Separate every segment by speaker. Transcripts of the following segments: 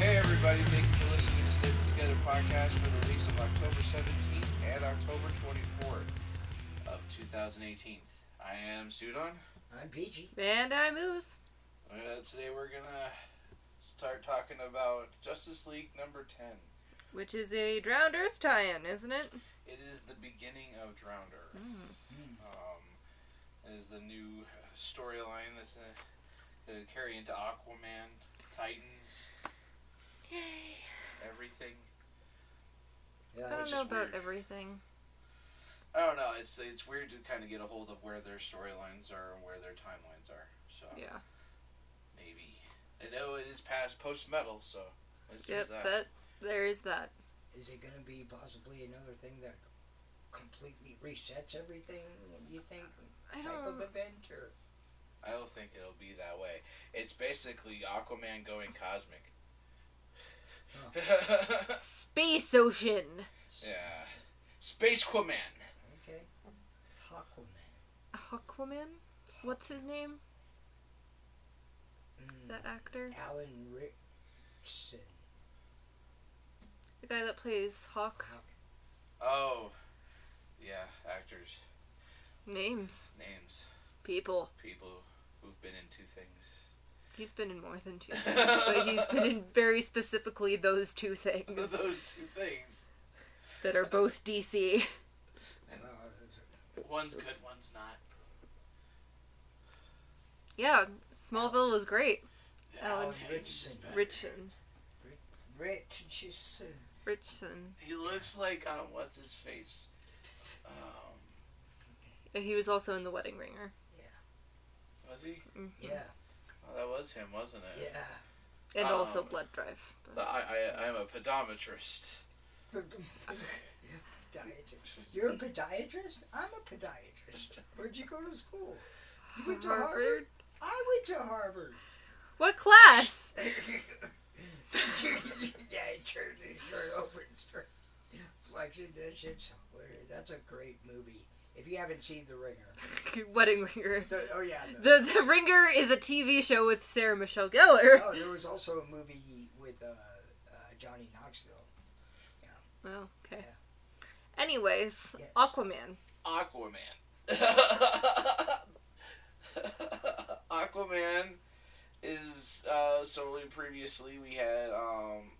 Speaker 1: everybody. Thank you for listening to the Stitching Together podcast for the weeks of October 17th and October 24th of 2018. I am Sudan.
Speaker 2: I'm PG.
Speaker 3: And I moose.
Speaker 1: Uh, today we're going to start talking about Justice League number 10.
Speaker 3: Which is a Drowned Earth tie-in, isn't it?
Speaker 1: It is the beginning of Drowned Earth. Um, it is the new storyline that's going to carry into Aquaman, Titans, everything.
Speaker 2: Yeah,
Speaker 3: I
Speaker 1: Which
Speaker 3: don't
Speaker 1: is
Speaker 3: know about
Speaker 1: weird.
Speaker 3: everything.
Speaker 1: I don't know. It's it's weird to kind of get a hold of where their storylines are and where their timelines are. So
Speaker 3: Yeah.
Speaker 1: maybe I know it is past post metal, so this
Speaker 3: Yep,
Speaker 1: is that.
Speaker 3: that there is that.
Speaker 2: Is it going to be possibly another thing that completely resets everything? You think
Speaker 3: I
Speaker 2: type
Speaker 3: don't
Speaker 2: of
Speaker 3: know.
Speaker 2: event or
Speaker 1: I don't think it'll be that way. It's basically Aquaman going cosmic.
Speaker 3: Space Ocean.
Speaker 1: yeah, Space Aquaman.
Speaker 2: okay, Aquaman.
Speaker 3: Aquaman? What's his name?
Speaker 2: Mm.
Speaker 3: That actor?
Speaker 2: Alan Richson.
Speaker 3: The guy that plays Hawk.
Speaker 1: Oh, yeah, actors,
Speaker 3: Names.
Speaker 1: names,
Speaker 3: People.
Speaker 1: people who've been in two things.
Speaker 3: He's been in more than two things. but he's been in very specifically those two things
Speaker 1: Those two things.
Speaker 3: that are both DC.
Speaker 2: Uh,
Speaker 1: One's good, one's not.
Speaker 3: Yeah, Smallville was great. Alan
Speaker 1: Alan Tudyk is
Speaker 2: Richardson.
Speaker 1: better.
Speaker 3: Richson.
Speaker 2: Richardson.
Speaker 3: Richson.
Speaker 1: He looks like um, what's his face? Um,
Speaker 3: He was also in The Wedding Ringer. Mm-hmm.
Speaker 1: was he?
Speaker 2: Yeah,
Speaker 1: Oh, that was him, wasn't it?
Speaker 2: yeah.
Speaker 3: And
Speaker 2: Oh.
Speaker 3: also
Speaker 1: Um,
Speaker 3: Blood Drive. but-
Speaker 1: I, I, I'm a pedometrist.
Speaker 2: Podiatrist. You're a podiatrist? I'm a podiatrist. Where'd you go to school? You went to
Speaker 3: Harvard?
Speaker 2: Harvard? I went to Harvard.
Speaker 3: What class?
Speaker 2: yeah, he turns his shirt over and starts flexing. That shit's hilarious. That's a great movie. If you haven't seen The Ringer,
Speaker 3: Wedding Ringer.
Speaker 2: the, oh yeah, the,
Speaker 3: The The Ringer is a TV show with Sarah Michelle Gellar.
Speaker 2: oh, there was also a movie with uh, uh, Johnny Knoxville.
Speaker 3: Oh, okay.
Speaker 2: Yeah.
Speaker 3: Anyways,
Speaker 2: Yes.
Speaker 3: Aquaman.
Speaker 1: Aquaman. Aquaman is uh, so we- previously we had um,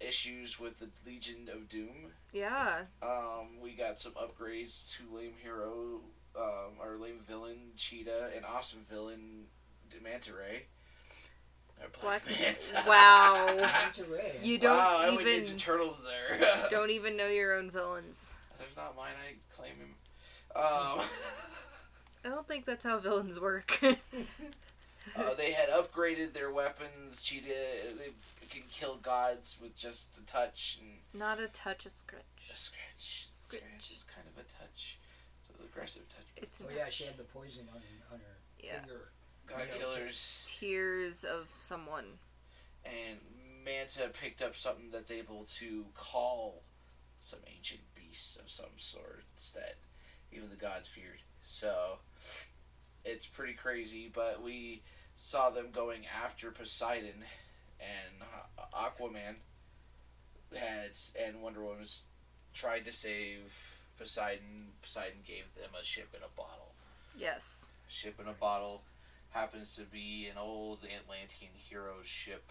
Speaker 1: issues with the Legion of Doom.
Speaker 3: Yeah,
Speaker 1: Um, we got some upgrades to lame hero, um, or lame villain Cheetah and awesome villain Manta Ray. Or Black
Speaker 3: Black-
Speaker 1: Manta.
Speaker 3: Wow.
Speaker 2: That's a Ray.
Speaker 3: you don't
Speaker 1: wow, I went
Speaker 3: even
Speaker 1: Ninja Turtles there.
Speaker 3: don't even know your own villains.
Speaker 1: There's not mine. I claim him. Um,
Speaker 3: I don't think that's how villains work.
Speaker 1: uh, they had upgraded their weapons. Cheetah uh, they can kill gods with just a touch and
Speaker 3: Not a touch of scratch.
Speaker 1: a scratch.
Speaker 3: Scratch.
Speaker 1: is kind of a touch. It's an aggressive touch.
Speaker 3: It's
Speaker 2: oh yeah, she had the poison on, on her
Speaker 3: Yeah.
Speaker 2: finger.
Speaker 1: God
Speaker 2: Yeah.
Speaker 1: killers.
Speaker 3: tears of someone.
Speaker 1: and Manta picked up something that's able to call some ancient beast of some sort that even the gods feared. So it's pretty crazy, but we saw them going after Poseidon and A- Aquaman had and Wonder Woman's tried to save Poseidon. Poseidon gave them a ship in a bottle
Speaker 3: Yes.
Speaker 1: ship in a bottle happens to be an old Atlantean hero ship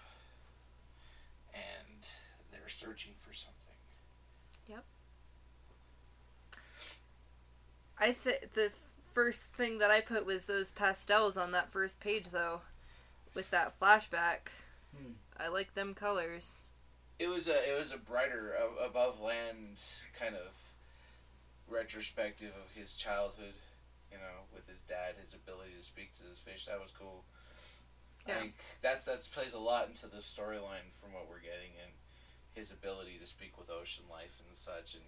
Speaker 1: and they're searching for something.
Speaker 3: I said the first thing that I put was those pastels on that first page though, with that flashback.
Speaker 2: Hmm.
Speaker 3: I like them colors.
Speaker 1: It was a it was a brighter a- above land kind of retrospective of his childhood, you know, with his dad, his ability to speak to this fish. That was cool. I
Speaker 3: Yeah.
Speaker 1: think that's that's plays a lot into the storyline from what we're getting and his ability to speak with ocean life and such and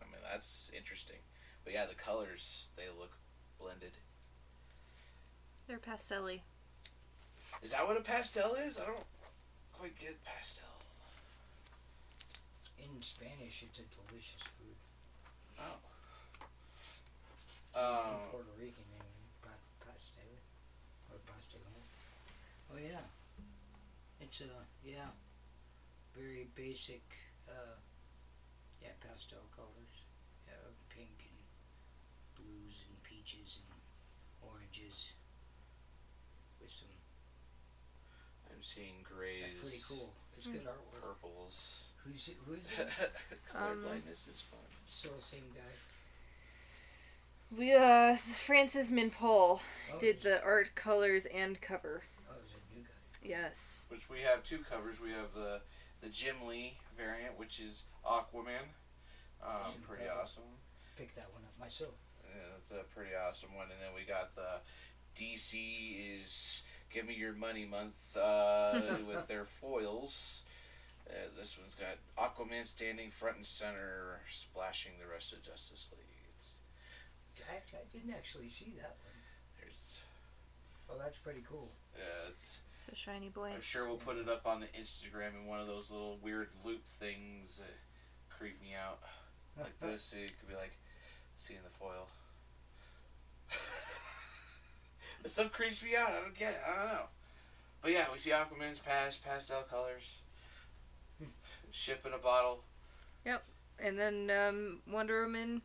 Speaker 1: I mean that's interesting. But yeah, the colors they look blended.
Speaker 3: They're pastelly.
Speaker 1: Is that what a pastel is? I don't quite get pastel.
Speaker 2: In Spanish, it's a delicious food.
Speaker 1: Oh.
Speaker 2: In
Speaker 1: Um,
Speaker 2: Puerto Rican and pa- pastel or pastel. Oh yeah, it's uh yeah, very basic, uh, yeah, pastel colors, uh, pink and blues and peaches and oranges, with some
Speaker 1: I'm seeing
Speaker 2: that's
Speaker 1: grays.
Speaker 2: pretty cool. It's good artwork.
Speaker 1: Purples.
Speaker 2: Who's who's it?
Speaker 3: Um,
Speaker 1: Colorblindness is fun.
Speaker 2: still the same guy?
Speaker 3: We uh Francis Minpole
Speaker 2: Oh,
Speaker 3: did
Speaker 2: is-
Speaker 3: the art colors and cover.
Speaker 2: Oh, it's a new guy.
Speaker 3: Yes.
Speaker 1: Which we have two covers. We have the the Jim Lee variant, which is Aquaman. Um,
Speaker 2: Awesome
Speaker 1: pretty
Speaker 2: cover.
Speaker 1: awesome.
Speaker 2: Picked that one up myself.
Speaker 1: Yeah, that's a pretty awesome one. And then we got the DC is Give Me Your Money Month uh, with their foils. Uh, this one's got Aquaman standing front and center, splashing the rest of Justice League. It's,
Speaker 2: I, I didn't actually see that one.
Speaker 1: there's,
Speaker 2: Oh, that's pretty cool.
Speaker 1: uh, it's
Speaker 3: It's a shiny boy.
Speaker 1: I'm sure we'll put it up on the Instagram in one of those little weird loop things that creep me out. Like this, so you could be like, seeing the foil. this stuff creeps me out. I don't get it. I don't know. But yeah, we see Aquaman's past, pastel colors, ship in a bottle.
Speaker 3: And then um, Wonder Woman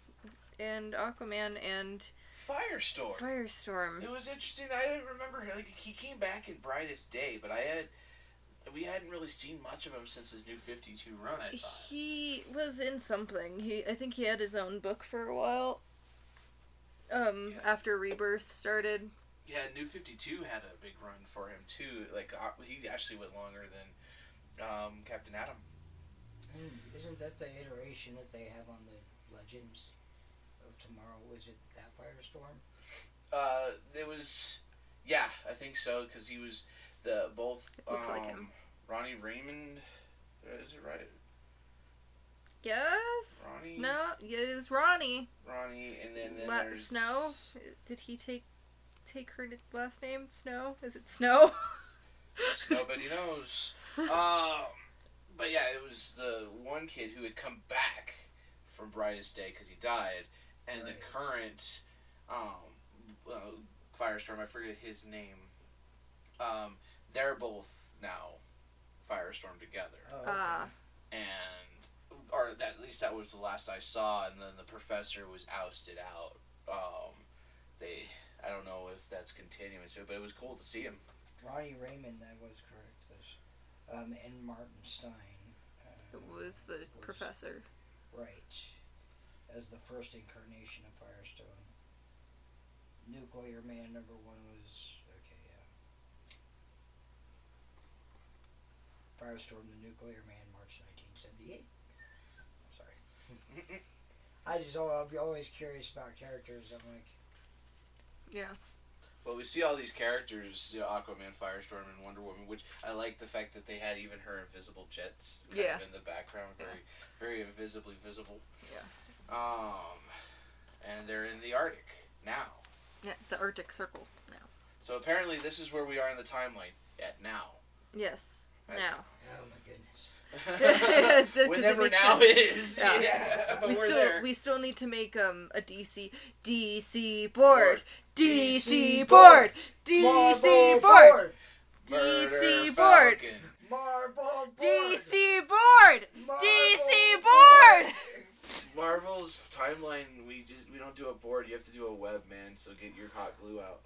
Speaker 3: and Aquaman and
Speaker 1: Firestorm.
Speaker 3: Firestorm.
Speaker 1: It was interesting. I didn't remember. Like he came back in Brightest Day, but I had we hadn't really seen much of him since his New Fifty Two run. I thought.
Speaker 3: He was in something. He I think he had his own book for a while. Um
Speaker 1: Yeah.
Speaker 3: after Rebirth started.
Speaker 1: Yeah, New Fifty Two had a big run for him too. Like uh, he actually went longer than um, Captain Atom.
Speaker 2: Mm, Isn't that the iteration that they have on the Legends of Tomorrow? Was it that Firestorm?
Speaker 1: Uh, there was, yeah, I think so because he was the both.
Speaker 3: It looks
Speaker 1: um,
Speaker 3: like him.
Speaker 1: Ronnie Raymond, uh, is it right?
Speaker 3: Yes.
Speaker 1: Ronnie.
Speaker 3: No, yeah, it was Ronnie.
Speaker 1: Ronnie, and then, then
Speaker 3: La-
Speaker 1: there's
Speaker 3: Snow. Did he take take her last name? Snow? Is it Snow?
Speaker 1: Nobody knows. um, but yeah, it was the one kid who had come back from Brightest Day because he died, and the
Speaker 2: Right.
Speaker 1: current um, uh, Firestorm, I forget his name. Um, they're both now Firestorm together,
Speaker 2: Oh, okay.
Speaker 3: Ah.
Speaker 1: and or that, at least that was the last I saw. And then the professor was ousted out. Um, they, I don't know if that's continuing to, it, but it was cool to see him.
Speaker 2: Ronnie Raymond, that was correct. This, um, and Martin Stein. Uh,
Speaker 3: It was the professor.
Speaker 2: right as the first incarnation of Firestone. Nuclear Man number one was okay, yeah. Firestorm, the Nuclear Man, March 1978. I'm sorry. I just al- I'll be always curious about characters. I'm like,
Speaker 3: Yeah.
Speaker 1: Well, we see all these characters, you know, Aquaman, Firestorm, and Wonder Woman, which I like the fact that they had even her invisible jets kind
Speaker 3: Yeah.
Speaker 1: of in the background, very, very invisibly visible.
Speaker 3: Yeah.
Speaker 1: Um, and they're in the Arctic now.
Speaker 3: Yeah. The Arctic Circle.
Speaker 1: So apparently, this is where we are in the timeline at now.
Speaker 3: Yes.
Speaker 1: Right.
Speaker 3: Now.
Speaker 2: oh my goodness.
Speaker 3: That- 'cause it
Speaker 1: Whenever
Speaker 3: makes
Speaker 1: now
Speaker 3: sense.
Speaker 1: is,
Speaker 3: Yeah.
Speaker 1: yeah. but
Speaker 3: we
Speaker 1: are
Speaker 3: still
Speaker 1: there.
Speaker 3: we still need to make um a DC DC
Speaker 1: Board.
Speaker 3: board. DC
Speaker 2: DC
Speaker 3: board.
Speaker 2: board.
Speaker 3: DC board. DC board.
Speaker 1: Falcon.
Speaker 2: Marble board.
Speaker 3: DC board.
Speaker 2: Marble
Speaker 3: DC
Speaker 2: board.
Speaker 3: board.
Speaker 1: Marvel's timeline. We just we don't do a board. You have to do a web, man. So get your hot glue out.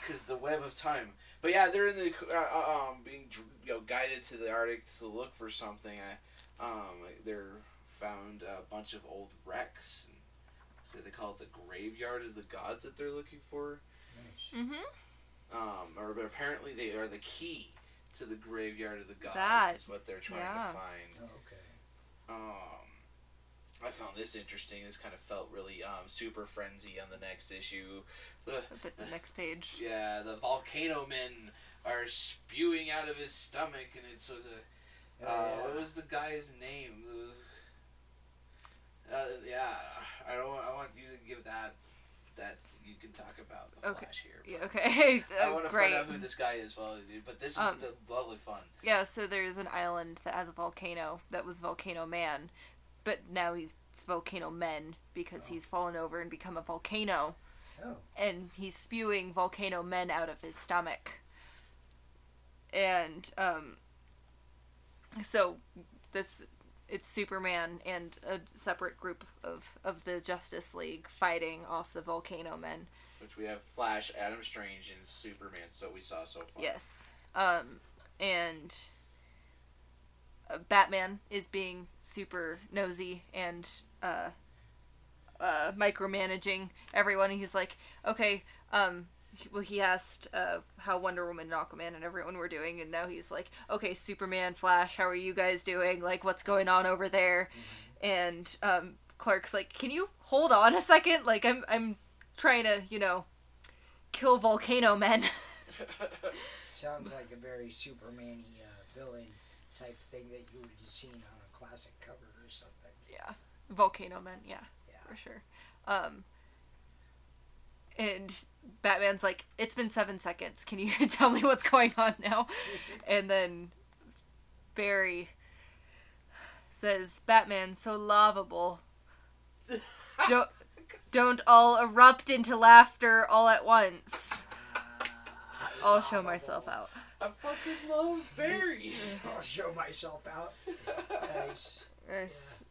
Speaker 1: Because the web of time. But yeah, they're in the uh, uh, um being dr- you know guided to the Arctic to look for something. I um they're found a bunch of old wrecks. And, so they call it the graveyard of the gods that they're looking for
Speaker 2: Nice.
Speaker 3: Mhm.
Speaker 1: um, or but apparently they are the key to the graveyard of the gods.
Speaker 3: That-
Speaker 1: is what they're trying
Speaker 3: yeah.
Speaker 1: to find.
Speaker 2: Oh, okay.
Speaker 1: Um, I found this interesting. This kind of felt really um, super frenzy on the next issue. The,
Speaker 3: Up at the next page.
Speaker 1: yeah, the volcano men are spewing out of his stomach, and it's was a
Speaker 2: Uh,
Speaker 1: uh, what was the guy's name? Uh, yeah, I don't. want- I want you to give that. That you can talk about the
Speaker 3: Okay.
Speaker 1: flash here.
Speaker 3: Yeah, okay.
Speaker 1: I
Speaker 3: Oh,
Speaker 1: want to
Speaker 3: great.
Speaker 1: find out who this guy is, well, dude, but this is
Speaker 3: Um,
Speaker 1: the lovely fun.
Speaker 3: Yeah, so there's an island that has a volcano that was Volcano Man, but now he's it's Volcano Men because he's fallen over and become a volcano.
Speaker 2: Oh.
Speaker 3: and he's spewing volcano men out of his stomach. And um, so this it's Superman and a separate group of of the Justice League fighting off the volcano men.
Speaker 1: Which we have Flash, Adam Strange, and Superman. So we saw so far.
Speaker 3: Yes. Um, and uh, Batman is being super nosy and uh, uh, micromanaging everyone. He's like, okay, um, he- well, he asked uh, how Wonder Woman and Aquaman and everyone were doing, and now he's like, okay, Superman, Flash, how are you guys doing? Like, what's going on over there? And um, Clark's like, can you hold on a second? Like, I'm I'm trying to, you know, kill volcano men.
Speaker 2: Sounds like a very Superman y uh, villain type thing that you would have seen on a classic cover or something.
Speaker 3: yeah volcano men yeah
Speaker 2: Yeah.
Speaker 3: for sure um and batman's like it's been seven seconds can you tell me what's going on now and then barry says batman so lovable don't don't all erupt into laughter all at once i'll show myself out
Speaker 1: I fucking love Barry.
Speaker 2: I'll show myself out. Nice.
Speaker 3: it's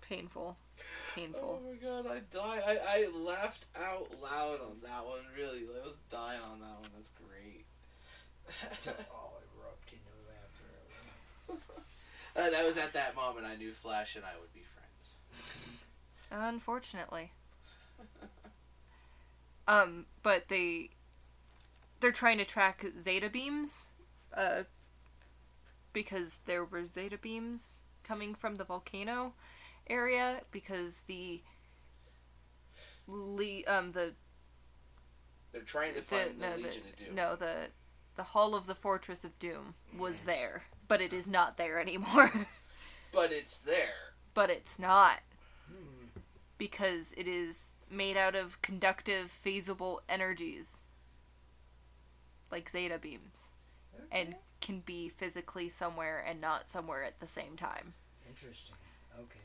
Speaker 3: painful it's painful
Speaker 1: Oh my god, I died. I, I laughed out loud on that one, really. I was dying on that one. That's great.
Speaker 2: All erupt into laughter.
Speaker 1: and that was at that moment I knew Flash and I would be friends.
Speaker 3: Unfortunately. um, but they they're trying to track zeta beams, uh, because there were zeta beams coming from the volcano area because the le- um the
Speaker 1: They're trying to
Speaker 3: the,
Speaker 1: find the,
Speaker 3: no, the
Speaker 1: Legion of Doom.
Speaker 3: no the the hall of the fortress of doom was there, but
Speaker 1: Oh.
Speaker 3: it is not there anymore.
Speaker 1: But it's there.
Speaker 3: but it's not.
Speaker 2: Hmm.
Speaker 3: because it is made out of conductive phasable energies like zeta beams and can be physically somewhere and not somewhere at the same time
Speaker 2: Interesting. Okay.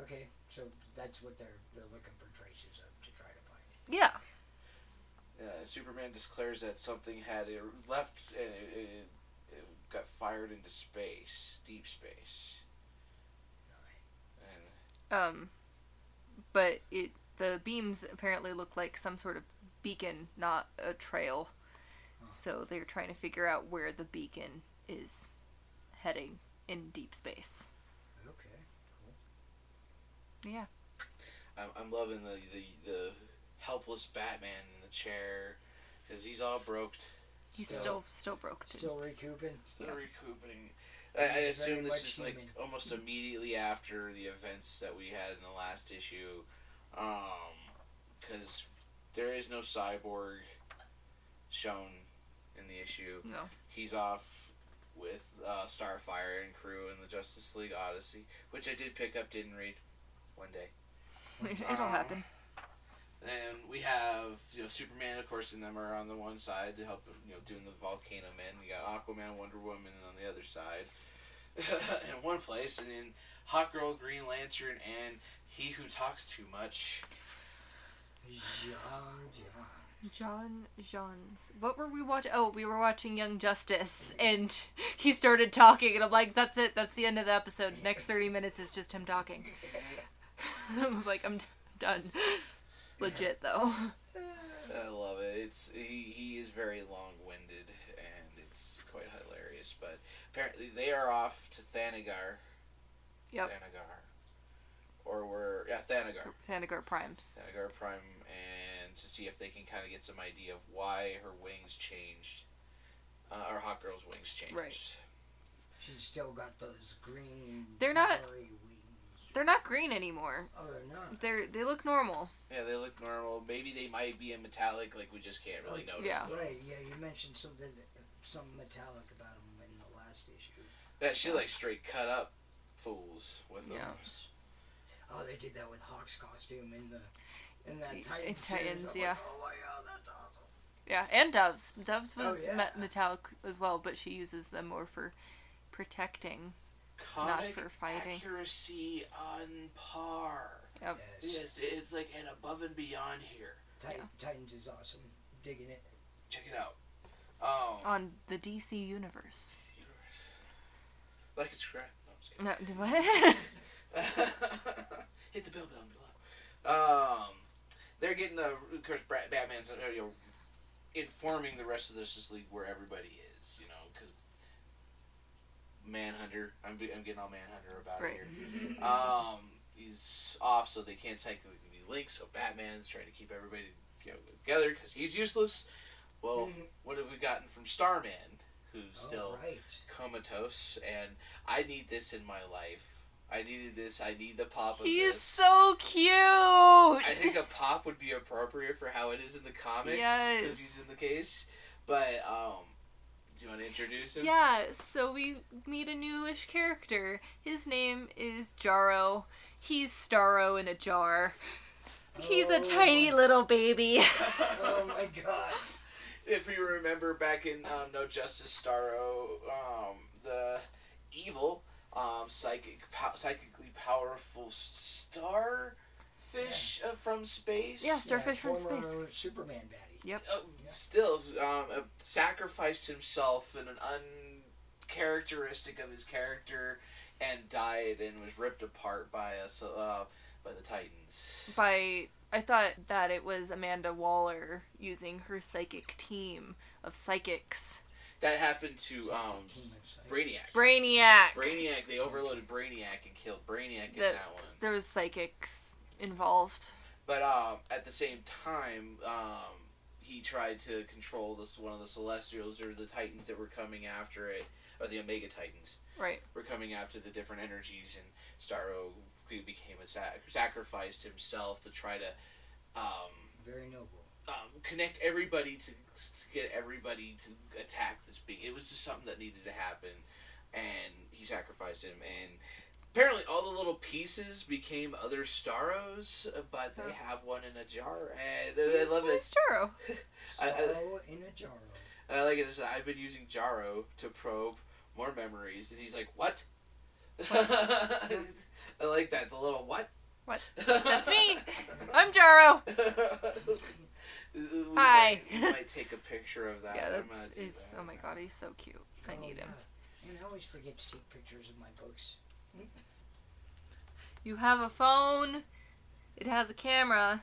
Speaker 2: Okay. So that's what they're they're looking for traces of to try to find.
Speaker 3: yeah
Speaker 1: Uh, Superman declares that something had it left and it, it, it got fired into space, deep space. And
Speaker 3: um but it the beams apparently look like some sort of beacon not a trail so they're trying to figure out where the beacon is heading in deep space
Speaker 2: Okay.
Speaker 1: I'm, I'm loving the, the, the helpless Batman in the chair because he's all broke.
Speaker 3: he's
Speaker 1: So-
Speaker 3: still still, broke to
Speaker 2: Still recouping.
Speaker 1: Still
Speaker 3: Yeah.
Speaker 1: recouping. I, I
Speaker 2: He's very
Speaker 1: assume this
Speaker 2: much
Speaker 1: is like
Speaker 2: human.
Speaker 1: almost immediately after the events that we had in the last issue, because there is no cyborg shown in the issue.
Speaker 3: no
Speaker 1: He's off with uh, Starfire and crew in the Justice League Odyssey, which I did pick up, didn't read. One day.
Speaker 3: it'll happen
Speaker 1: And we have you know Superman, of course, and them are on the one side to help you know doing the volcano men. We got Aquaman, Wonder Woman on the other side, in one place, and then Hot Girl, Green Lantern, and He Who Talks Too Much.
Speaker 2: Jean, Jean.
Speaker 3: John Johns. What were we watching? Oh, we were watching Young Justice, and he started talking, and I'm like, "That's it. That's the end of the episode. Next thirty minutes is just him talking." I was like, "I'm d- done." Legit though.
Speaker 1: I love it. It's he, he is very long winded, and it's quite hilarious. But apparently they are off to Thanagar.
Speaker 3: Yep.
Speaker 1: Thanagar, or we're yeah Thanagar.
Speaker 3: Thanagar Primes.
Speaker 1: Senegar Prime and to see if they can kind of get some idea of why her wings changed, uh, or Hot Girl's wings changed.
Speaker 3: Right.
Speaker 2: She's still got those green.
Speaker 3: They're not-
Speaker 2: furry wings.
Speaker 3: They're not green anymore.
Speaker 2: Oh, they're not.
Speaker 3: They're they look normal.
Speaker 1: Yeah, they look normal. Maybe they might be in metallic, like we just can't really notice.
Speaker 3: Yeah.
Speaker 1: them.
Speaker 2: Right. Yeah. You mentioned something something metallic about them in the last issue.
Speaker 1: Yeah, she like straight cut up fools with them.
Speaker 3: Yeah.
Speaker 2: Oh, they did that with Hawk's costume in the in that
Speaker 3: In
Speaker 2: Titans.
Speaker 3: Titans,
Speaker 2: series. I'm
Speaker 3: yeah.
Speaker 2: Like, oh my god, that's awesome.
Speaker 3: Yeah, and doves. Doves
Speaker 2: Oh,
Speaker 3: was
Speaker 2: yeah.
Speaker 3: met metallic as well, but she uses them more for protecting. Not
Speaker 1: Comic
Speaker 3: for fighting.
Speaker 1: accuracy on par.
Speaker 2: Yes.
Speaker 1: Yes, it's like and above and beyond here.
Speaker 2: Tit-
Speaker 3: Oh, Yeah.
Speaker 2: Titans is awesome. Digging it.
Speaker 1: Check it out. Um,
Speaker 3: on the DC universe.
Speaker 1: it's the universe. Like it's crap. No, I'm just kidding.
Speaker 3: No, d- what? Mm.
Speaker 1: Hit the bell button below. Um, they're getting uh, of course Bra- Batman's uh, you know, informing the rest of the Justice League where everybody is, you know, because Manhunter. I'm, be- I'm getting all Manhunter about
Speaker 3: Right. Mm-hmm.
Speaker 1: it here. Um, he's off, so they can't technically be linked. So Batman's trying to keep everybody you know, together because he's useless. Well,
Speaker 3: Mm-hmm.
Speaker 1: what have we gotten from Starman, who's still
Speaker 2: All right.
Speaker 1: comatose and I need this in my life. I needed this. I need the pop of
Speaker 3: he is
Speaker 1: this.
Speaker 3: so cute.
Speaker 1: I think a pop would be appropriate for how it is in the comic because he's
Speaker 3: yes.
Speaker 1: in the case. But um, do you want to introduce him?
Speaker 3: Yeah, so we meet a newish character. His name is Jaro. He's Starro in a jar. He's a
Speaker 2: Oh.
Speaker 3: tiny little baby.
Speaker 2: Oh
Speaker 3: Um,
Speaker 2: my god.
Speaker 1: if you remember back in um, No Justice Starro, um, the evil, um, psychic, pow- psychically powerful s- starfish uh, from space.
Speaker 3: Yeah, Starfish
Speaker 2: Yeah,
Speaker 3: from
Speaker 2: former
Speaker 3: space.
Speaker 2: Superman baddie.
Speaker 1: uh,
Speaker 2: Yeah.
Speaker 1: still um, uh, sacrificed himself in an uncharacteristic of his character and died and was ripped apart by us uh, by the Titans.
Speaker 3: By I thought that it was Amanda Waller using her psychic team of psychics.
Speaker 1: That happened to um,
Speaker 2: Humans, like-
Speaker 1: Brainiac.
Speaker 3: Brainiac.
Speaker 1: Brainiac. They overloaded Brainiac and killed Brainiac in
Speaker 3: That-
Speaker 1: that one.
Speaker 3: There was psychics involved.
Speaker 1: But um, at the same time, um, he tried to control this one of the Celestials or the Titans that were coming after it, or the Omega Titans.
Speaker 3: Right.
Speaker 1: Were coming after the different energies, and Starro he became a sac- sacrificed himself to try to um,
Speaker 2: Very noble.
Speaker 1: um, connect everybody to, to get everybody to attack this being. It was just something that needed to happen, and he sacrificed him. And apparently, all the little pieces became other Starros, but they have one in a jar. And I love it.
Speaker 3: It's Jaro.
Speaker 1: I- I-
Speaker 2: Sorrow in a jar.
Speaker 1: And I like it. It's, I've been using Jaro to probe more memories, and he's like, "What?" I like that. The little what?
Speaker 3: What? That's me. I'm Jaro.
Speaker 2: Oh
Speaker 1: We
Speaker 3: Hi.
Speaker 1: Might, we might take a picture of that.
Speaker 3: Yeah,
Speaker 1: I'm
Speaker 3: that's
Speaker 1: gonna do
Speaker 3: is.
Speaker 1: that.
Speaker 3: Oh my god, he's so cute. I
Speaker 2: Oh,
Speaker 3: need him.
Speaker 2: yeah. And I always forget to take pictures of my books.
Speaker 3: You have a phone. It has a camera.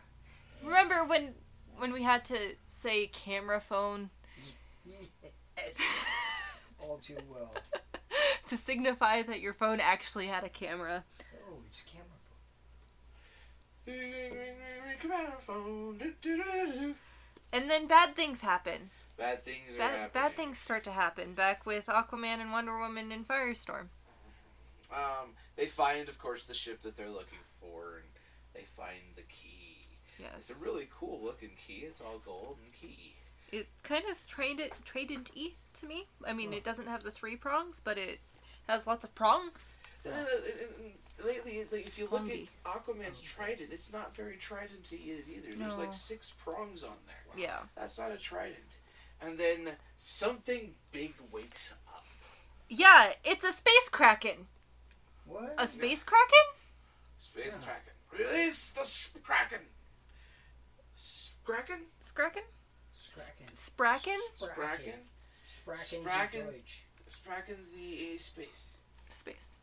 Speaker 3: Remember when when we had to say camera phone
Speaker 2: All too well.
Speaker 3: to signify that your phone actually had a camera?
Speaker 2: Oh, it's a camera phone.
Speaker 1: Ring, ring, ring, ring, come out our phone. Do, do, do, do.
Speaker 3: And then bad things happen.
Speaker 1: Bad things are happening.
Speaker 3: Bad, bad things start to happen. Back with Aquaman and Wonder Woman and Firestorm.
Speaker 1: Um, they find, of course, the ship that they're looking for, and they find the key. It's
Speaker 3: Yes.
Speaker 1: a really cool looking key. It's all gold and key.
Speaker 3: It kind of traded traded e to me. I mean, it doesn't have the three prongs, but it has lots of prongs.
Speaker 1: And then, uh, and- and Lately, like, if you look
Speaker 3: Pongy.
Speaker 1: at Aquaman's trident, it's not very tridenty e- either. There's
Speaker 3: No.
Speaker 1: like six prongs on there.
Speaker 3: Yeah.
Speaker 1: That's not a trident. And then something big wakes up.
Speaker 3: Yeah, it's a space kraken.
Speaker 2: What?
Speaker 3: A space kraken?
Speaker 1: Space
Speaker 2: Yeah.
Speaker 1: Kraken. Release the s- Kraken! S- Kraken?
Speaker 3: Skraken?
Speaker 2: Spracken.
Speaker 3: Spraken?
Speaker 2: Spracken.
Speaker 1: Kraken?
Speaker 2: Spracken's
Speaker 1: Spracken.
Speaker 2: a Deutsch.
Speaker 1: Kraken's the uh, space.
Speaker 3: Space.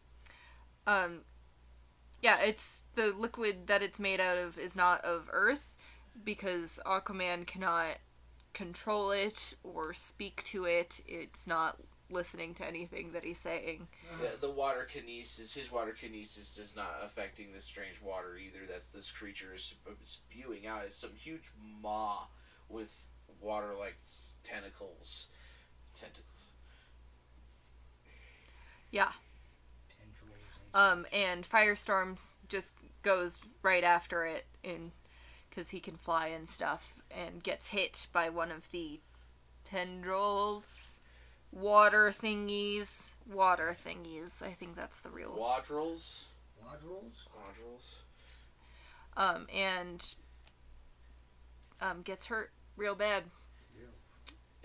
Speaker 3: Um Yeah, it's the liquid that it's made out of is not of Earth because Aquaman cannot control it or speak to it. It's not listening to anything that he's saying.
Speaker 2: Uh-huh.
Speaker 1: The, the water kinesis, his water kinesis is not affecting this strange water either. That's this creature is sp- spewing out. It's some huge maw with water like s- tentacles. Tentacles.
Speaker 2: Tendrils and-
Speaker 3: Um, and Firestorm just goes right after it in because he can fly and stuff, and gets hit by one of the tendrils, water thingies, water thingies. I think that's the real.
Speaker 1: Wadrals.
Speaker 2: Wadrals?
Speaker 1: Wadrals.
Speaker 3: Um, and um, gets hurt real bad.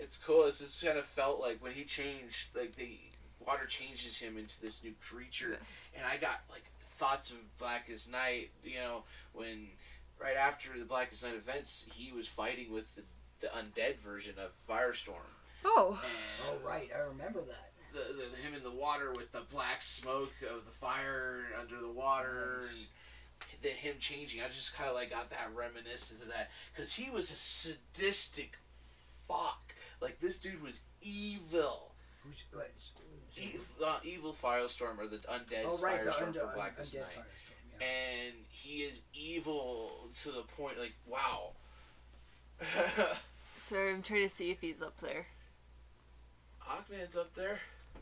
Speaker 1: It's cool. It's just kind of felt like when he changed, like the water changes him into this new creature. and I got like thoughts of Black as Night, you know, when right after the Blackest Night events, he was fighting with the, the undead version of Firestorm.
Speaker 3: Oh.
Speaker 1: And
Speaker 2: Oh right, I remember that.
Speaker 1: the, the, him in the water with the black smoke of the fire under the water and then him changing. I just kind of like got that reminiscence of that because he was a sadistic fuck. Like this dude was evil.
Speaker 2: Who's what?
Speaker 1: E- uh, evil Firestorm or the undead
Speaker 2: oh right,
Speaker 1: Firestorm
Speaker 2: the undead,
Speaker 1: from
Speaker 2: undead
Speaker 1: Blackest
Speaker 2: firestorm.
Speaker 1: Night
Speaker 2: Yeah.
Speaker 1: and he is evil to the point like wow
Speaker 3: So I'm trying to see if he's up there.
Speaker 1: aquaman's up there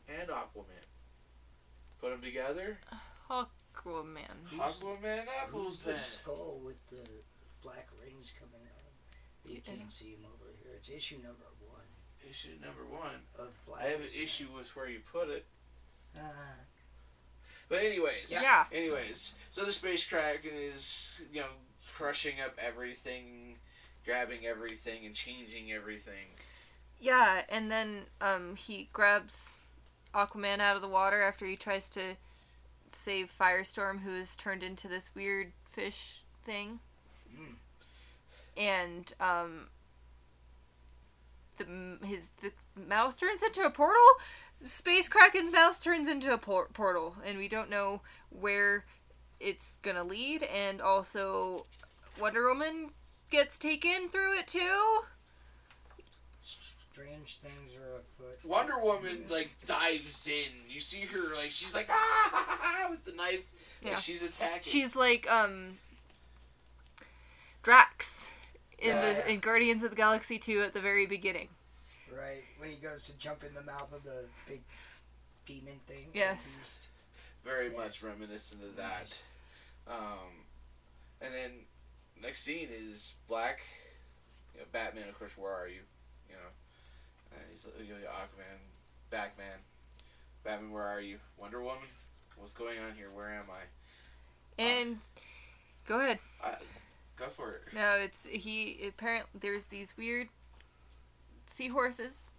Speaker 1: and aquaman put them together
Speaker 3: Aquaman.
Speaker 2: Who's-
Speaker 1: aquaman
Speaker 2: Who's
Speaker 1: apples
Speaker 2: the
Speaker 1: then
Speaker 2: skull with the black rings coming out? of him? You
Speaker 3: Yeah.
Speaker 2: can't see him over here. It's issue number one
Speaker 1: issue number one
Speaker 2: of Black.
Speaker 1: i have an issue with where you put it
Speaker 2: Ah,
Speaker 1: but anyways
Speaker 3: Yeah. Yeah.
Speaker 1: anyways so the space kraken is you know crushing up everything grabbing everything and changing everything
Speaker 3: Yeah, and then um he grabs Aquaman out of the water after he tries to save Firestorm who is turned into this weird fish thing.
Speaker 1: Mm.
Speaker 3: And um the m- his the mouth turns into a portal. Space Kraken's mouth turns into a por- portal and we don't know where it's going to lead and also Wonder Woman gets taken through it too.
Speaker 2: Strange things are afoot.
Speaker 1: Wonder Woman like dives in. You see her like she's like ah with the knife. Like,
Speaker 3: Yeah.
Speaker 1: she's attacking.
Speaker 3: She's like um Drax in
Speaker 1: Yeah.
Speaker 3: the in Guardians of the Galaxy 2 at the very beginning.
Speaker 2: Right when he goes to jump in the mouth of the big demon thing. or
Speaker 3: Yes.
Speaker 2: beast.
Speaker 1: very
Speaker 2: Yeah.
Speaker 1: much reminiscent of that. Um, and then next scene is Black, you know, Batman. Of course, where are you? You know, and he's you know, Aquaman, Batman, Batman. Where are you? Wonder Woman. What's going on here? Where am I?
Speaker 3: And go ahead.
Speaker 1: I go for it.
Speaker 3: No, it's he apparently there's these weird seahorses.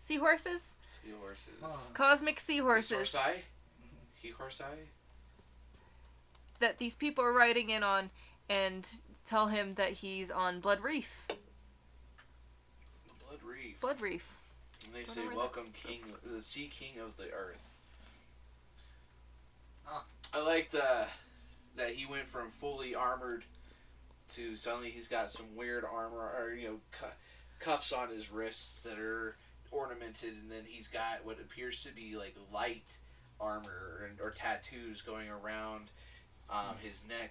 Speaker 3: Seahorses?
Speaker 1: Sea horses.
Speaker 2: Huh.
Speaker 3: Cosmic seahorses
Speaker 1: Horseye. He horseye.
Speaker 3: that these people are riding in on and tell him that he's on Blood Reef.
Speaker 1: The Blood Reef.
Speaker 3: Blood Reef.
Speaker 1: And they
Speaker 3: Don't
Speaker 1: say,
Speaker 3: know where
Speaker 1: "Welcome, King, the Sea King of the Earth."
Speaker 2: Ah.
Speaker 1: I like the that he went from fully armored to suddenly he's got some weird armor or you know cu- cuffs on his wrists that are ornamented, and then he's got what appears to be like light armor and, or tattoos going around um,
Speaker 2: Hmm.
Speaker 1: his neck.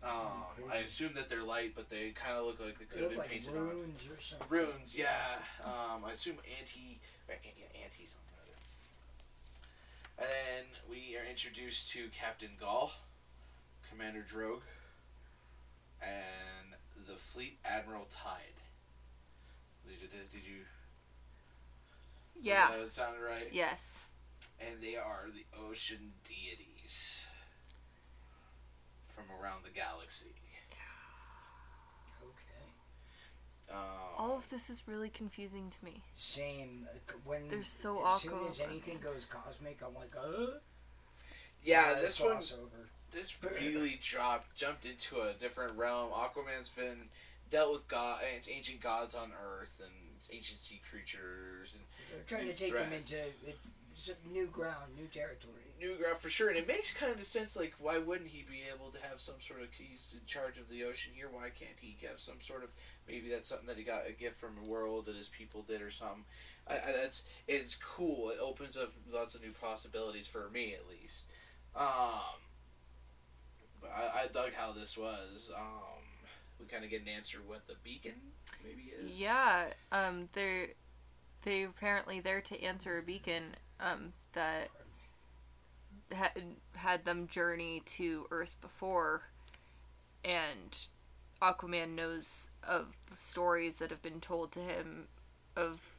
Speaker 1: Um, I assume that they're light, but they kind of look like they
Speaker 2: They
Speaker 1: could have
Speaker 2: look
Speaker 1: been
Speaker 2: like
Speaker 1: painted on.
Speaker 2: runes or something.
Speaker 1: Runes, yeah. Um, I assume anti, or anti, yeah, anti something or other. And then we are introduced to Captain Gall, Commander Drogue, and the Fleet Admiral Tide. Did you? Did you
Speaker 3: Yeah.
Speaker 1: That sounded right.
Speaker 3: Yes.
Speaker 1: And they are the ocean deities from around the galaxy.
Speaker 2: Okay.
Speaker 1: Um,
Speaker 3: All of this is really confusing to me.
Speaker 2: Same. uh, c- When
Speaker 3: They're so
Speaker 2: as soon
Speaker 3: awkward.
Speaker 2: as anything goes cosmic, I'm like, uh.
Speaker 1: yeah, this one
Speaker 2: one's over.
Speaker 1: this really dropped jumped into a different realm. Aquaman's been dealt with god ancient gods on Earth and ancient sea creatures and
Speaker 2: They're trying
Speaker 1: new
Speaker 2: to take him
Speaker 1: threats.
Speaker 2: into it- it's a new ground, new territory.
Speaker 1: new ground for sure. And it makes kind of sense. Like, why wouldn't he be able to have some sort of? He's in charge of the ocean here. Why can't he have some sort of? Maybe that's something that he got a gift from a world that his people did or something. I, I, that's it's cool. It opens up lots of new possibilities for me at least. Um, but I, I dug how this was. Um, we kind of get an answer what the beacon maybe is.
Speaker 3: Yeah, um, they're they apparently there to answer a beacon um, that had had them journey to Earth before, and Aquaman knows of the stories that have been told to him of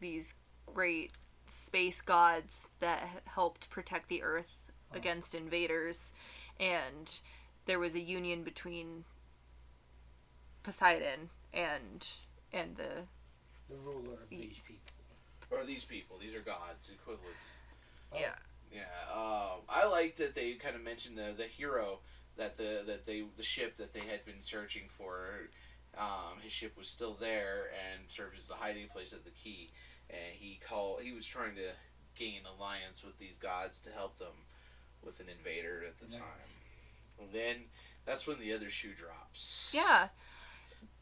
Speaker 3: these great space gods that h- helped protect the Earth against invaders, and there was a union between Poseidon and and the
Speaker 2: The ruler of
Speaker 3: Ye-
Speaker 2: these people.
Speaker 1: Or these people. These are gods equivalents.
Speaker 3: Yeah.
Speaker 1: Yeah, um, I like that they kind of mentioned the the hero that the that they the ship that they had been searching for, um, his ship was still there and served as a hiding place of the key. And he called. He was trying to gain alliance with these gods to help them with an invader at the
Speaker 2: Yeah.
Speaker 1: time. And then that's when the other shoe drops.
Speaker 3: Yeah.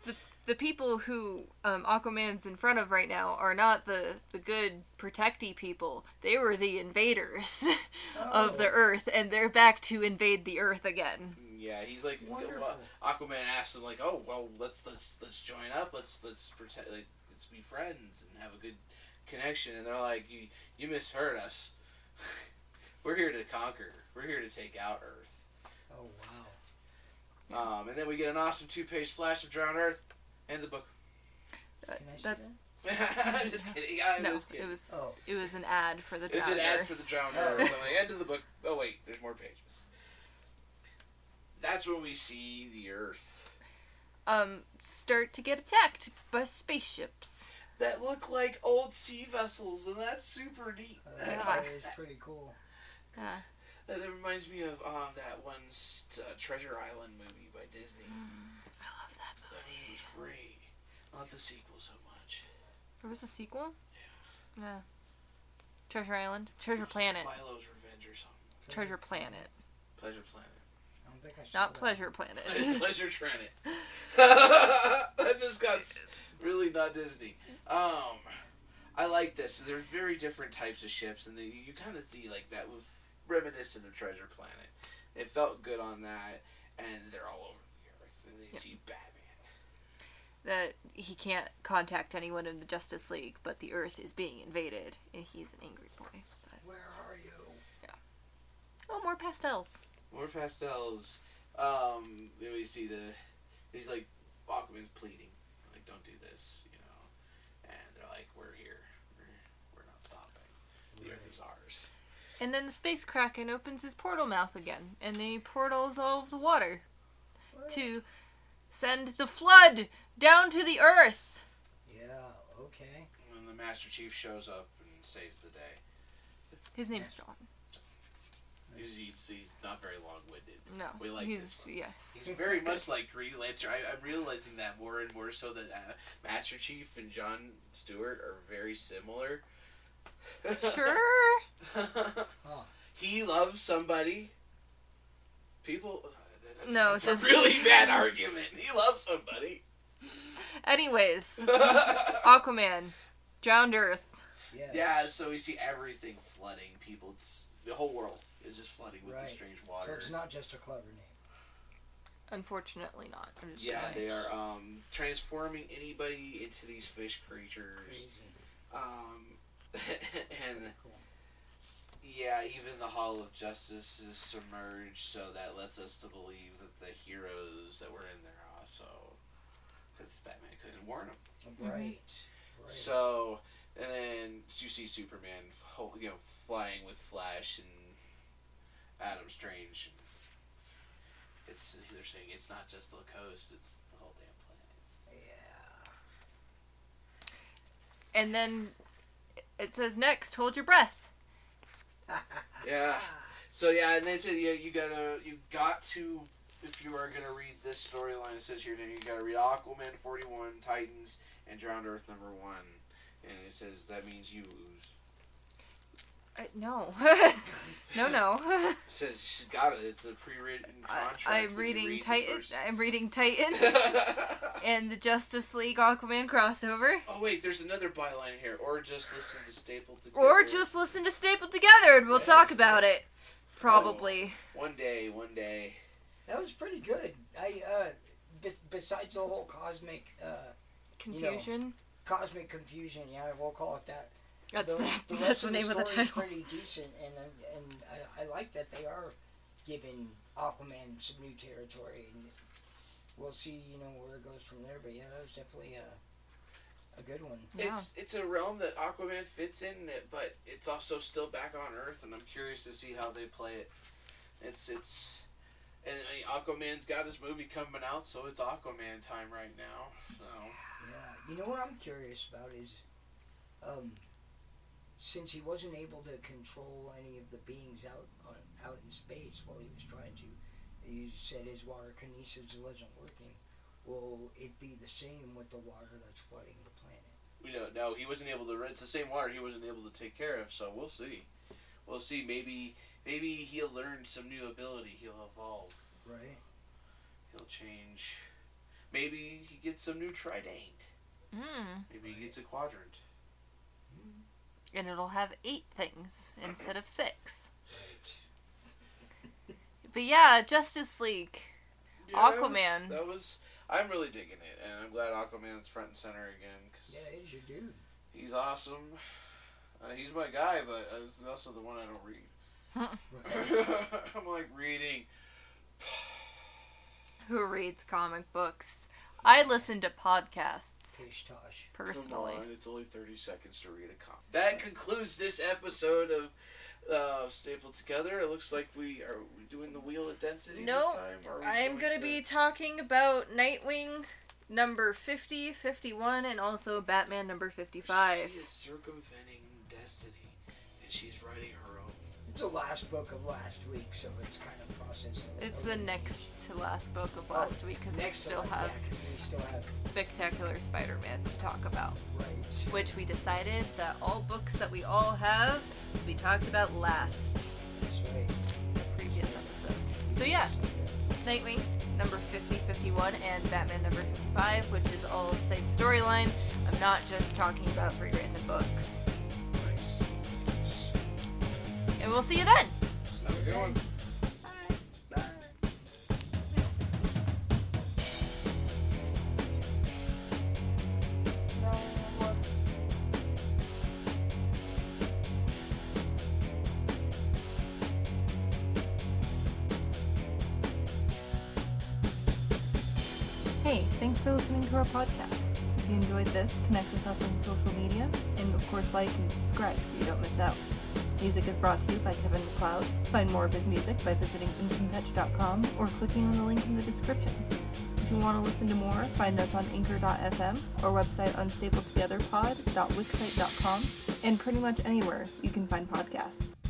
Speaker 3: The the people who um, Aquaman's in front of right now are not the the good protecty people. They were the invaders of the
Speaker 2: Oh,
Speaker 3: earth and they're back to invade the earth again.
Speaker 1: Yeah, he's like
Speaker 2: Wonderful.
Speaker 1: Aquaman asks him like, "Oh, well, let's let's let's join up. Let's let's pretend like let's be friends and have a good connection." And they're like, "You you misheard us. We're here to conquer. We're here to take out Earth."
Speaker 2: Oh wow.
Speaker 1: Um, and then we get an awesome two-page splash of Drowned Earth and the book.
Speaker 2: Can I see
Speaker 3: That-
Speaker 2: that?
Speaker 1: I'm just kidding. I'm
Speaker 3: no,
Speaker 1: just kidding.
Speaker 3: it was
Speaker 2: Oh,
Speaker 3: it was an ad for the
Speaker 1: It's an ad
Speaker 3: Drowner.
Speaker 1: for the Drowned Earth. And the end of the book. Oh wait, there's more pages. That's when we see the Earth.
Speaker 3: um start to get attacked by spaceships.
Speaker 1: that look like old sea vessels, and that's super neat.
Speaker 2: uh,
Speaker 3: Oh,
Speaker 1: I
Speaker 2: that
Speaker 1: like
Speaker 2: is
Speaker 1: that.
Speaker 2: pretty cool.
Speaker 3: Uh,
Speaker 1: That that reminds me of um, that one st- uh, Treasure Island movie by Disney.
Speaker 3: I love that
Speaker 1: That movie was great. Not the sequel so much.
Speaker 3: There was a sequel? Yeah. Treasure Island, Treasure
Speaker 1: It was
Speaker 3: Planet,
Speaker 1: Like Milo's Revenge or something.
Speaker 3: Treasure Planet,
Speaker 1: Pleasure Planet.
Speaker 2: I don't think I saw
Speaker 3: not
Speaker 2: that.
Speaker 3: Pleasure Planet.
Speaker 1: Pleasure Planet. that just got s- really not Disney. Um, I like this. They're very different types of ships, and they, you kind of see like that was reminiscent of Treasure Planet. It felt good on that, and they're all over the earth, and they
Speaker 3: Yeah.
Speaker 1: see Batman.
Speaker 3: that he can't contact anyone in the Justice League, but the Earth is being invaded, and he's an angry boy. But,
Speaker 2: Where are you?
Speaker 3: oh, more pastels.
Speaker 1: More pastels. Um, then we see the he's like Aquaman's pleading, like don't do this, you know, and they're like we're here, we're, we're not stopping. The earth is ours.
Speaker 3: And then the space kraken opens his portal mouth again, and then he portals all of the water to send the flood down to the Earth.
Speaker 2: Yeah. Okay.
Speaker 1: when the Master Chief shows up and saves the day.
Speaker 3: His name's John.
Speaker 1: He's, he's, he's not very long winded.
Speaker 3: No,
Speaker 1: We like
Speaker 3: he's
Speaker 1: this one.
Speaker 3: yes.
Speaker 1: He's very much like Green Lantern. I, I'm realizing that more and more so that uh, Master Chief and John Stewart are very similar.
Speaker 3: Sure.
Speaker 2: Huh.
Speaker 1: he loves somebody. People. uh, That's,
Speaker 3: No,
Speaker 1: that's
Speaker 3: it doesn't-
Speaker 1: a really bad argument. He loves somebody.
Speaker 3: Anyways, Aquaman, drowned Earth.
Speaker 2: Yes.
Speaker 1: yeah, so we see everything flooding. People, it's- the whole world is just flooding with
Speaker 2: Right.
Speaker 1: this strange
Speaker 2: So
Speaker 1: water.
Speaker 2: it's not just a clever name.
Speaker 3: Unfortunately, not. I'm just
Speaker 1: Yeah,
Speaker 3: joking.
Speaker 1: they are um, transforming anybody into these fish creatures.
Speaker 2: Crazy.
Speaker 3: Mm-hmm.
Speaker 1: Um, and
Speaker 2: Cool.
Speaker 1: yeah, even the Hall of Justice is submerged, so that lets us to believe that the heroes that were in there also, because Batman couldn't warn them.
Speaker 2: Right. Right.
Speaker 1: So, and then you see Superman, fo- you know, flying with Flash and Adam Strange. And it's they're saying it's not just the coast; it's the whole damn planet.
Speaker 2: yeah.
Speaker 3: And then it says next, hold your breath.
Speaker 1: Yeah. So yeah, and they said yeah, you gotta you got to if you are gonna read this storyline, it says here that you gotta read Aquaman forty one, Titans, and Drowned Earth number one, and it says that means you lose.
Speaker 3: Uh, no. no, no.
Speaker 1: It says she's got it. It's a pre written
Speaker 3: I,
Speaker 1: contract. when
Speaker 3: I'm
Speaker 1: you
Speaker 3: reading
Speaker 1: read the
Speaker 3: Titan.
Speaker 1: first-
Speaker 3: I'm reading Titans and the Justice League Aquaman crossover.
Speaker 1: oh wait, there's another byline here, or just listen to Staple. Together.
Speaker 3: Or just listen to Stapled Together and we'll
Speaker 1: Yeah.
Speaker 3: talk about it. Probably.
Speaker 1: one day, one day.
Speaker 2: That was pretty good. I uh, b- besides the whole cosmic uh,
Speaker 3: Confusion.
Speaker 2: cosmic confusion, yeah, we'll call it that.
Speaker 3: that's
Speaker 2: the,
Speaker 3: the,
Speaker 2: the
Speaker 3: that's
Speaker 2: rest
Speaker 3: the name of the
Speaker 2: story is
Speaker 3: title.
Speaker 2: Pretty decent, and I- and I, I like that they are giving Aquaman some new territory, and we'll see, you know, where it goes from there. But yeah, that was definitely a a good one.
Speaker 3: Yeah.
Speaker 1: It's it's a realm that Aquaman fits in, but it's also still back on Earth, and I'm curious to see how they play it. It's it's, and I mean, Aquaman's got his movie coming out, so it's Aquaman time right now. So
Speaker 2: Yeah, you know what I'm curious about is, um, since he wasn't able to control any of the beings out on, out in space while he was trying to You said his water kinesis wasn't working. Will it be the same with the water that's flooding the planet?
Speaker 1: We don't know. He wasn't able to. It's the same water he wasn't able to take care of. So we'll see. We'll see. Maybe maybe he'll learn some new ability. He'll evolve.
Speaker 2: Right?
Speaker 1: He'll change. Maybe he gets some new trident.
Speaker 3: Mm.
Speaker 1: Maybe he gets a quadrant.
Speaker 3: And it'll have eight things instead of six.
Speaker 2: Right.
Speaker 3: But yeah, Justice League.
Speaker 1: Yeah, that was-
Speaker 3: Aquaman.
Speaker 1: That was, I'm really digging it, and I'm glad Aquaman's front and center again because
Speaker 2: Yeah, it's your dude.
Speaker 1: he's awesome. Uh, he's my guy, but uh, it's also the one I don't
Speaker 2: Right.
Speaker 1: read. I'm like reading.
Speaker 3: Who reads comic books? I listen to podcasts
Speaker 2: Tish Tosh.
Speaker 3: personally.
Speaker 1: Come on, it's only 30 seconds to read a comic. That concludes this episode of uh, Stapled Together. It looks like we are we doing the wheel of density
Speaker 3: No,
Speaker 1: this time. Or are we
Speaker 3: I'm
Speaker 1: going
Speaker 3: going to be talking about Nightwing number 50, 51, and also Batman number 55.
Speaker 1: She is circumventing destiny, and she's writing her own.
Speaker 2: It's the last book of last week, so it's kind of processing. it
Speaker 3: It's
Speaker 2: over.
Speaker 3: the next to last book of last week because we
Speaker 2: Next
Speaker 3: still
Speaker 2: one,
Speaker 3: have
Speaker 2: yeah, 'cause we still have
Speaker 3: Spectacular Spider Man to talk about,
Speaker 2: right.
Speaker 3: which we decided that all books that we all have we talked about last
Speaker 2: That's right.
Speaker 3: in the previous episode. So, yeah, Nightwing number 50, 51, and Batman number 55, which is all the same storyline. I'm not just talking about three random books.
Speaker 1: Nice.
Speaker 3: And we'll see you then!
Speaker 1: Have a good one.
Speaker 2: Bye. Bye.
Speaker 3: Hey, thanks for listening to our podcast. If you enjoyed this, connect with us on social media, and of course, like and subscribe so you don't miss out. Music is brought to you by Kevin McLeod. Find more of his music by visiting incompetch.com or clicking on the link in the description. If you want to listen to more, find us on anchor.fm, our website on stapletogetherpod.wixsite.com, and pretty much anywhere you can find podcasts.